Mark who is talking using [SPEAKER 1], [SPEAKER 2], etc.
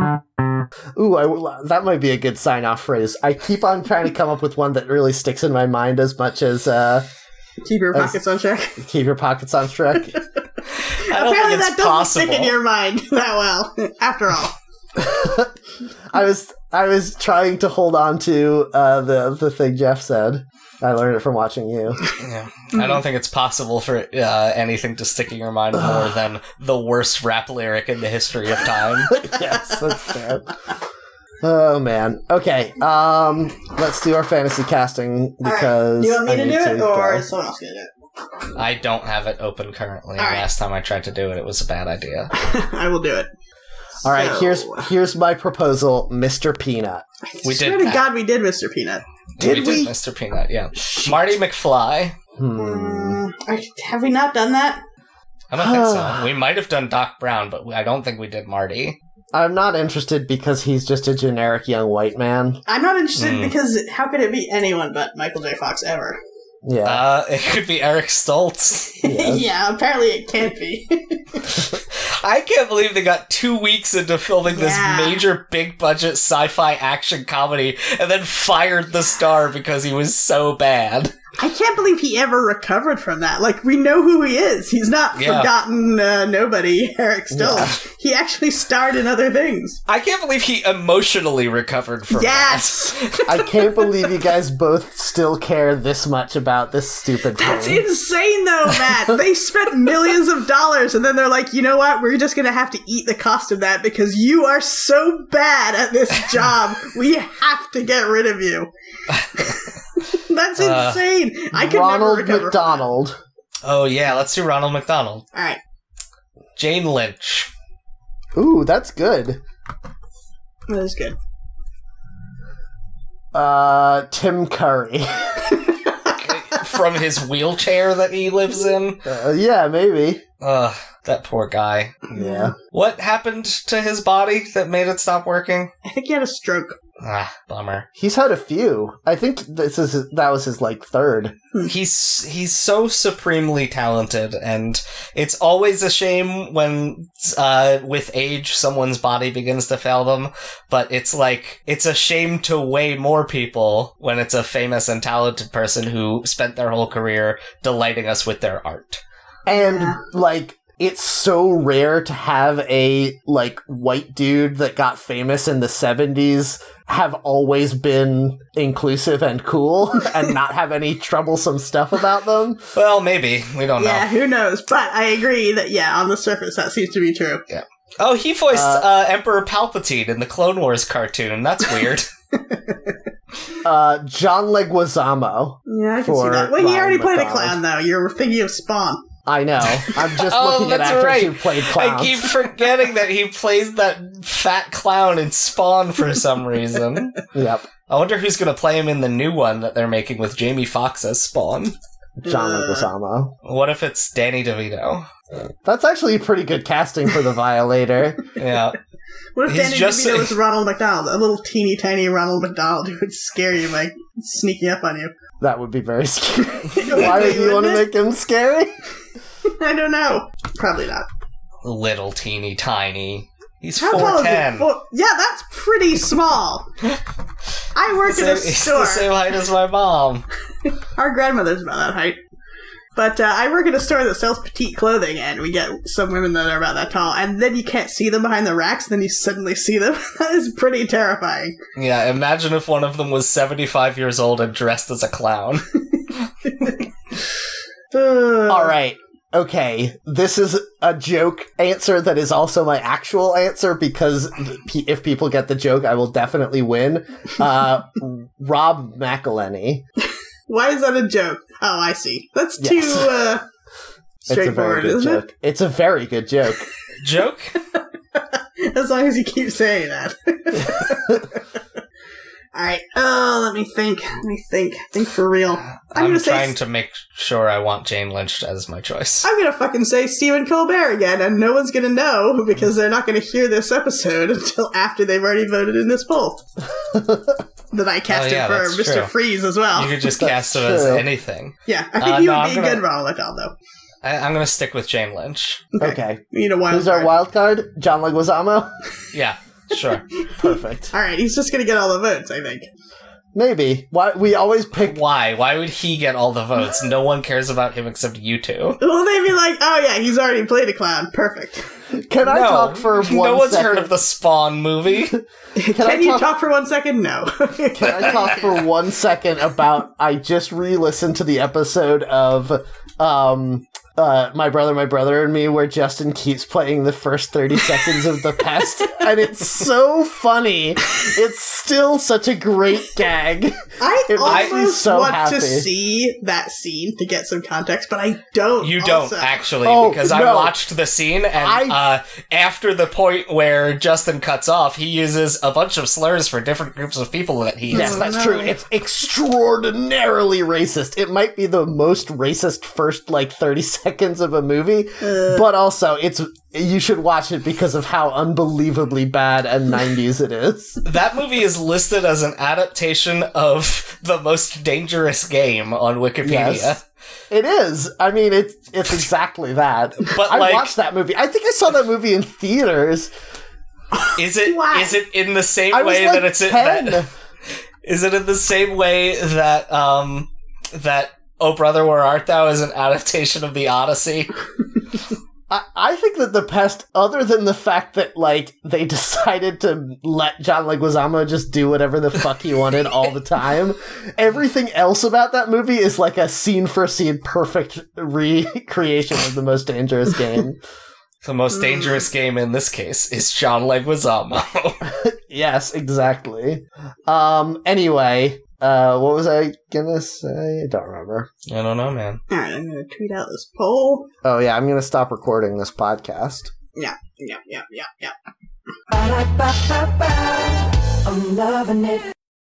[SPEAKER 1] Mm.
[SPEAKER 2] Ooh, I, that might be a good sign off phrase. I keep on trying to come up with one that really sticks in my mind as much as uh,
[SPEAKER 1] Keep your
[SPEAKER 2] As-
[SPEAKER 1] pockets on check.
[SPEAKER 2] keep your pockets on track.
[SPEAKER 3] I don't
[SPEAKER 1] Apparently,
[SPEAKER 3] think it's
[SPEAKER 1] that doesn't
[SPEAKER 3] possible.
[SPEAKER 1] stick in your mind that well. After all,
[SPEAKER 2] I was I was trying to hold on to uh, the the thing Jeff said. I learned it from watching you.
[SPEAKER 3] Yeah. I don't think it's possible for uh, anything to stick in your mind more than the worst rap lyric in the history of time.
[SPEAKER 2] yes, that's fair. Oh man. Okay. Um, let's do our fantasy casting
[SPEAKER 1] right.
[SPEAKER 2] because
[SPEAKER 1] you want me
[SPEAKER 2] I
[SPEAKER 1] to do
[SPEAKER 2] need
[SPEAKER 1] it, or
[SPEAKER 2] go.
[SPEAKER 1] is someone else gonna do it?
[SPEAKER 3] I don't have it open currently.
[SPEAKER 1] All right.
[SPEAKER 3] Last time I tried to do it, it was a bad idea.
[SPEAKER 1] I will do it.
[SPEAKER 2] All right.
[SPEAKER 1] So,
[SPEAKER 2] Here's here's my proposal, Mister Peanut.
[SPEAKER 1] I
[SPEAKER 3] We
[SPEAKER 1] swear
[SPEAKER 3] did
[SPEAKER 1] to
[SPEAKER 3] that.
[SPEAKER 1] God, we did Mr. Peanut.
[SPEAKER 2] Did we?
[SPEAKER 3] did Mr. Peanut? Yeah. Marty McFly.
[SPEAKER 2] Hmm.
[SPEAKER 1] Are- Mm, have we not done that?
[SPEAKER 3] I don't think so. We might have done Doc Brown, but I don't think we did Marty.
[SPEAKER 2] I'm not interested because he's just a generic young white man.
[SPEAKER 1] I'm not interested
[SPEAKER 3] Hmm.
[SPEAKER 1] because how could it be anyone but Michael J. Fox ever?
[SPEAKER 2] Yeah.
[SPEAKER 3] Uh, it could be Eric Stoltz.
[SPEAKER 2] Yes.
[SPEAKER 1] yeah, apparently it can't be.
[SPEAKER 3] I can't believe they got two weeks into filming this
[SPEAKER 1] Yeah.
[SPEAKER 3] major big budget sci fi action comedy and then fired the star because he was so bad.
[SPEAKER 1] I can't believe he ever recovered from that. Like we know who he is. He's not
[SPEAKER 3] Yeah.
[SPEAKER 1] forgotten uh, nobody, Eric Stoltz. He actually starred in other things.
[SPEAKER 3] I can't believe he emotionally recovered from
[SPEAKER 1] yes,
[SPEAKER 2] I can't believe you guys both still care this much about this stupid thing.
[SPEAKER 1] that's insane though, Matt. they spent millions of dollars, and then they're like, you know what? We're just gonna have to eat the cost of that because you are so bad at this job. we have to get rid of you. that's
[SPEAKER 3] Uh,
[SPEAKER 1] insane. I could
[SPEAKER 2] Ronald
[SPEAKER 1] never recover.
[SPEAKER 2] McDonald.
[SPEAKER 3] that. Oh, yeah, let's do Ronald McDonald.
[SPEAKER 1] All right,
[SPEAKER 3] Jane Lynch.
[SPEAKER 2] Ooh, that's good.
[SPEAKER 1] that was good.
[SPEAKER 2] Uh, Tim Curry.
[SPEAKER 3] from his wheelchair that he lives in.
[SPEAKER 2] Uh, yeah, maybe.
[SPEAKER 3] Ugh, that poor guy.
[SPEAKER 2] Yeah.
[SPEAKER 3] What happened to his body that made it stop working?
[SPEAKER 1] I think he had a stroke.
[SPEAKER 3] Ah, bummer.
[SPEAKER 2] He's had a few. I think this is that was his like third.
[SPEAKER 3] he's he's so supremely talented and it's always a shame when uh with age someone's body begins to fail them but it's like it's a shame to way more people when it's a famous and talented person who spent their whole career delighting us with their art
[SPEAKER 2] And
[SPEAKER 1] Yeah.
[SPEAKER 2] like it's so rare to have a like white dude that got famous in the 70s have always been inclusive and cool and not have any troublesome stuff about them.
[SPEAKER 3] well maybe we
[SPEAKER 2] Oh,
[SPEAKER 3] don't
[SPEAKER 1] yeah,
[SPEAKER 3] know
[SPEAKER 1] who knows? But I agree that yeah, on the surface that seems to be true.
[SPEAKER 3] oh he voiced
[SPEAKER 2] Uh,
[SPEAKER 3] uh, emperor palpatine in the clone wars cartoon that's weird
[SPEAKER 2] Uh John Leguizamo.
[SPEAKER 1] Yeah, I can see
[SPEAKER 2] For
[SPEAKER 1] that. Wait, he
[SPEAKER 2] Ryan
[SPEAKER 1] already played a
[SPEAKER 2] McDonald.
[SPEAKER 1] clown though. You're thinking of Spawn.
[SPEAKER 2] I know. I'm just
[SPEAKER 3] Oh,
[SPEAKER 2] looking at
[SPEAKER 3] that's
[SPEAKER 2] actors
[SPEAKER 3] right.
[SPEAKER 2] who played clowns.
[SPEAKER 3] I keep forgetting that he plays that fat clown in Spawn for some reason.
[SPEAKER 2] Yep.
[SPEAKER 3] I wonder who's going to play him in the new one that they're making with Jamie Foxx as Spawn.
[SPEAKER 2] John
[SPEAKER 1] Uh.
[SPEAKER 2] Leguizamo.
[SPEAKER 3] What if it's Danny DeVito?
[SPEAKER 2] That's actually pretty good casting for the Violator.
[SPEAKER 3] Yeah.
[SPEAKER 1] What if
[SPEAKER 3] He's
[SPEAKER 1] Danny
[SPEAKER 3] just-
[SPEAKER 1] DeVito was Ronald McDonald, a little teeny tiny Ronald McDonald who would scare you by sneaking up on you?
[SPEAKER 2] That would be very scary. Why would you want to make him scary?
[SPEAKER 1] I don't know. Probably not.
[SPEAKER 3] Little teeny tiny. He's
[SPEAKER 1] How tall is it?
[SPEAKER 3] 4'10.
[SPEAKER 1] Four- yeah, that's pretty small. I work
[SPEAKER 3] Same-
[SPEAKER 1] at a
[SPEAKER 3] he's
[SPEAKER 1] store.
[SPEAKER 3] the same height as my mom.
[SPEAKER 1] Our grandmother's about that height. But uh, I work at a store that sells petite clothing, and we get some women that are about that tall, and then you can't see them behind the racks, then you suddenly see them. that is pretty terrifying.
[SPEAKER 3] Yeah, imagine if one of them was 75 years old and dressed as a clown.
[SPEAKER 2] All right. Okay. This is a joke answer that is also my actual answer because pe- if people get the joke, I will definitely win. Uh, Rob McElhenney.
[SPEAKER 1] Why is that a joke? Oh, I see. That's
[SPEAKER 2] Yes.
[SPEAKER 1] too uh,
[SPEAKER 2] It's a very
[SPEAKER 1] straightforward,
[SPEAKER 2] good
[SPEAKER 1] isn't
[SPEAKER 2] joke. It's a very good joke.
[SPEAKER 3] Joke?
[SPEAKER 1] it? As long as you keep saying that. All right. Oh, let me think. Let me think. Think for real.
[SPEAKER 3] I'm,
[SPEAKER 1] gonna say
[SPEAKER 3] trying
[SPEAKER 1] s-
[SPEAKER 3] to make sure I want Jane Lynch as my choice.
[SPEAKER 1] I'm gonna fucking say Stephen Colbert again, and no one's gonna know because they're not gonna hear this episode until after they've already voted in this poll. that I cast
[SPEAKER 3] Oh, yeah,
[SPEAKER 1] him
[SPEAKER 3] that's
[SPEAKER 1] for Mr.
[SPEAKER 3] true.
[SPEAKER 1] Freeze as well.
[SPEAKER 3] You could just
[SPEAKER 2] That's
[SPEAKER 3] cast him as
[SPEAKER 2] true.
[SPEAKER 3] anything.
[SPEAKER 1] yeah, I think
[SPEAKER 3] Uh,
[SPEAKER 1] he
[SPEAKER 3] no,
[SPEAKER 1] would
[SPEAKER 3] I'm
[SPEAKER 1] be
[SPEAKER 3] gonna-
[SPEAKER 1] a good Ronald McDonald though.
[SPEAKER 3] I, I'm gonna stick with Jane Lynch.
[SPEAKER 2] Okay.
[SPEAKER 1] You know, wild
[SPEAKER 2] Who's our
[SPEAKER 1] card.
[SPEAKER 2] wild card? John Leguizamo?
[SPEAKER 3] Yeah, Sure.
[SPEAKER 2] Perfect.
[SPEAKER 1] All right, he's just gonna get all the votes, I think.
[SPEAKER 2] Maybe. Why we always pick
[SPEAKER 3] Why? Why would he get all the votes? No one cares about him except you two.
[SPEAKER 1] Well, they'd be like, "Oh yeah, he's already played a clown. Perfect."
[SPEAKER 2] Can I
[SPEAKER 3] no,
[SPEAKER 2] talk for one
[SPEAKER 3] no one's
[SPEAKER 2] second?
[SPEAKER 3] heard of the Spawn movie.
[SPEAKER 1] Can,
[SPEAKER 2] I
[SPEAKER 1] you
[SPEAKER 2] talk-
[SPEAKER 1] talk-, for one second? No.
[SPEAKER 2] Can I talk for one second about I just re-listened to the episode of um uh, my brother, my brother, and me, where Justin keeps playing the first 30 seconds of The Pest, and it's so funny. It's still such a great gag.
[SPEAKER 1] I
[SPEAKER 2] It makes me
[SPEAKER 1] almost
[SPEAKER 2] so
[SPEAKER 1] want
[SPEAKER 2] happy.
[SPEAKER 1] to see that scene to get some context, but I don't.
[SPEAKER 3] You don't
[SPEAKER 1] also.
[SPEAKER 3] actually,
[SPEAKER 2] Oh,
[SPEAKER 3] because I
[SPEAKER 2] no.
[SPEAKER 3] watched the scene, and
[SPEAKER 2] I-
[SPEAKER 3] uh, after the point where Justin cuts off, he uses a bunch of slurs for different groups of people that he.
[SPEAKER 2] Yes,
[SPEAKER 1] Oh,
[SPEAKER 2] that's
[SPEAKER 1] no.
[SPEAKER 2] true. It's extraordinarily racist. It might be the most racist first like 30 seconds of a movie, but also it's you should watch it because of how unbelievably bad and 90s it is.
[SPEAKER 3] That movie is listed as an adaptation of the most dangerous game on Wikipedia.
[SPEAKER 2] Yes. It is. I mean, it's it's exactly that.
[SPEAKER 3] But,
[SPEAKER 2] I
[SPEAKER 3] like-
[SPEAKER 2] watched that movie. I think I saw that movie in theaters.
[SPEAKER 3] Is it? Is
[SPEAKER 1] Why?
[SPEAKER 3] it in the same
[SPEAKER 2] I was
[SPEAKER 3] way
[SPEAKER 2] like
[SPEAKER 3] that it's in,
[SPEAKER 2] ten.
[SPEAKER 3] that, is it in the same way that um that Oh Brother Where Art Thou is an adaptation of the Odyssey?
[SPEAKER 2] I, I think that the pest, other than the fact that like they decided to let John Leguizamo just do whatever the fuck he wanted all the time, everything else about that movie is like a scene for scene perfect recreation of the most dangerous game.
[SPEAKER 3] The most dangerous game in this case is John Leguizamo.
[SPEAKER 2] yes, exactly. Um. Anyway, uh, what was I gonna say? I don't remember.
[SPEAKER 3] I don't know, man.
[SPEAKER 1] All right, I'm gonna tweet out this poll.
[SPEAKER 2] Oh yeah, I'm gonna stop recording this podcast.
[SPEAKER 1] Yep, yep, yep, yep.
[SPEAKER 4] Ba-da-ba-ba-ba. I'm loving it.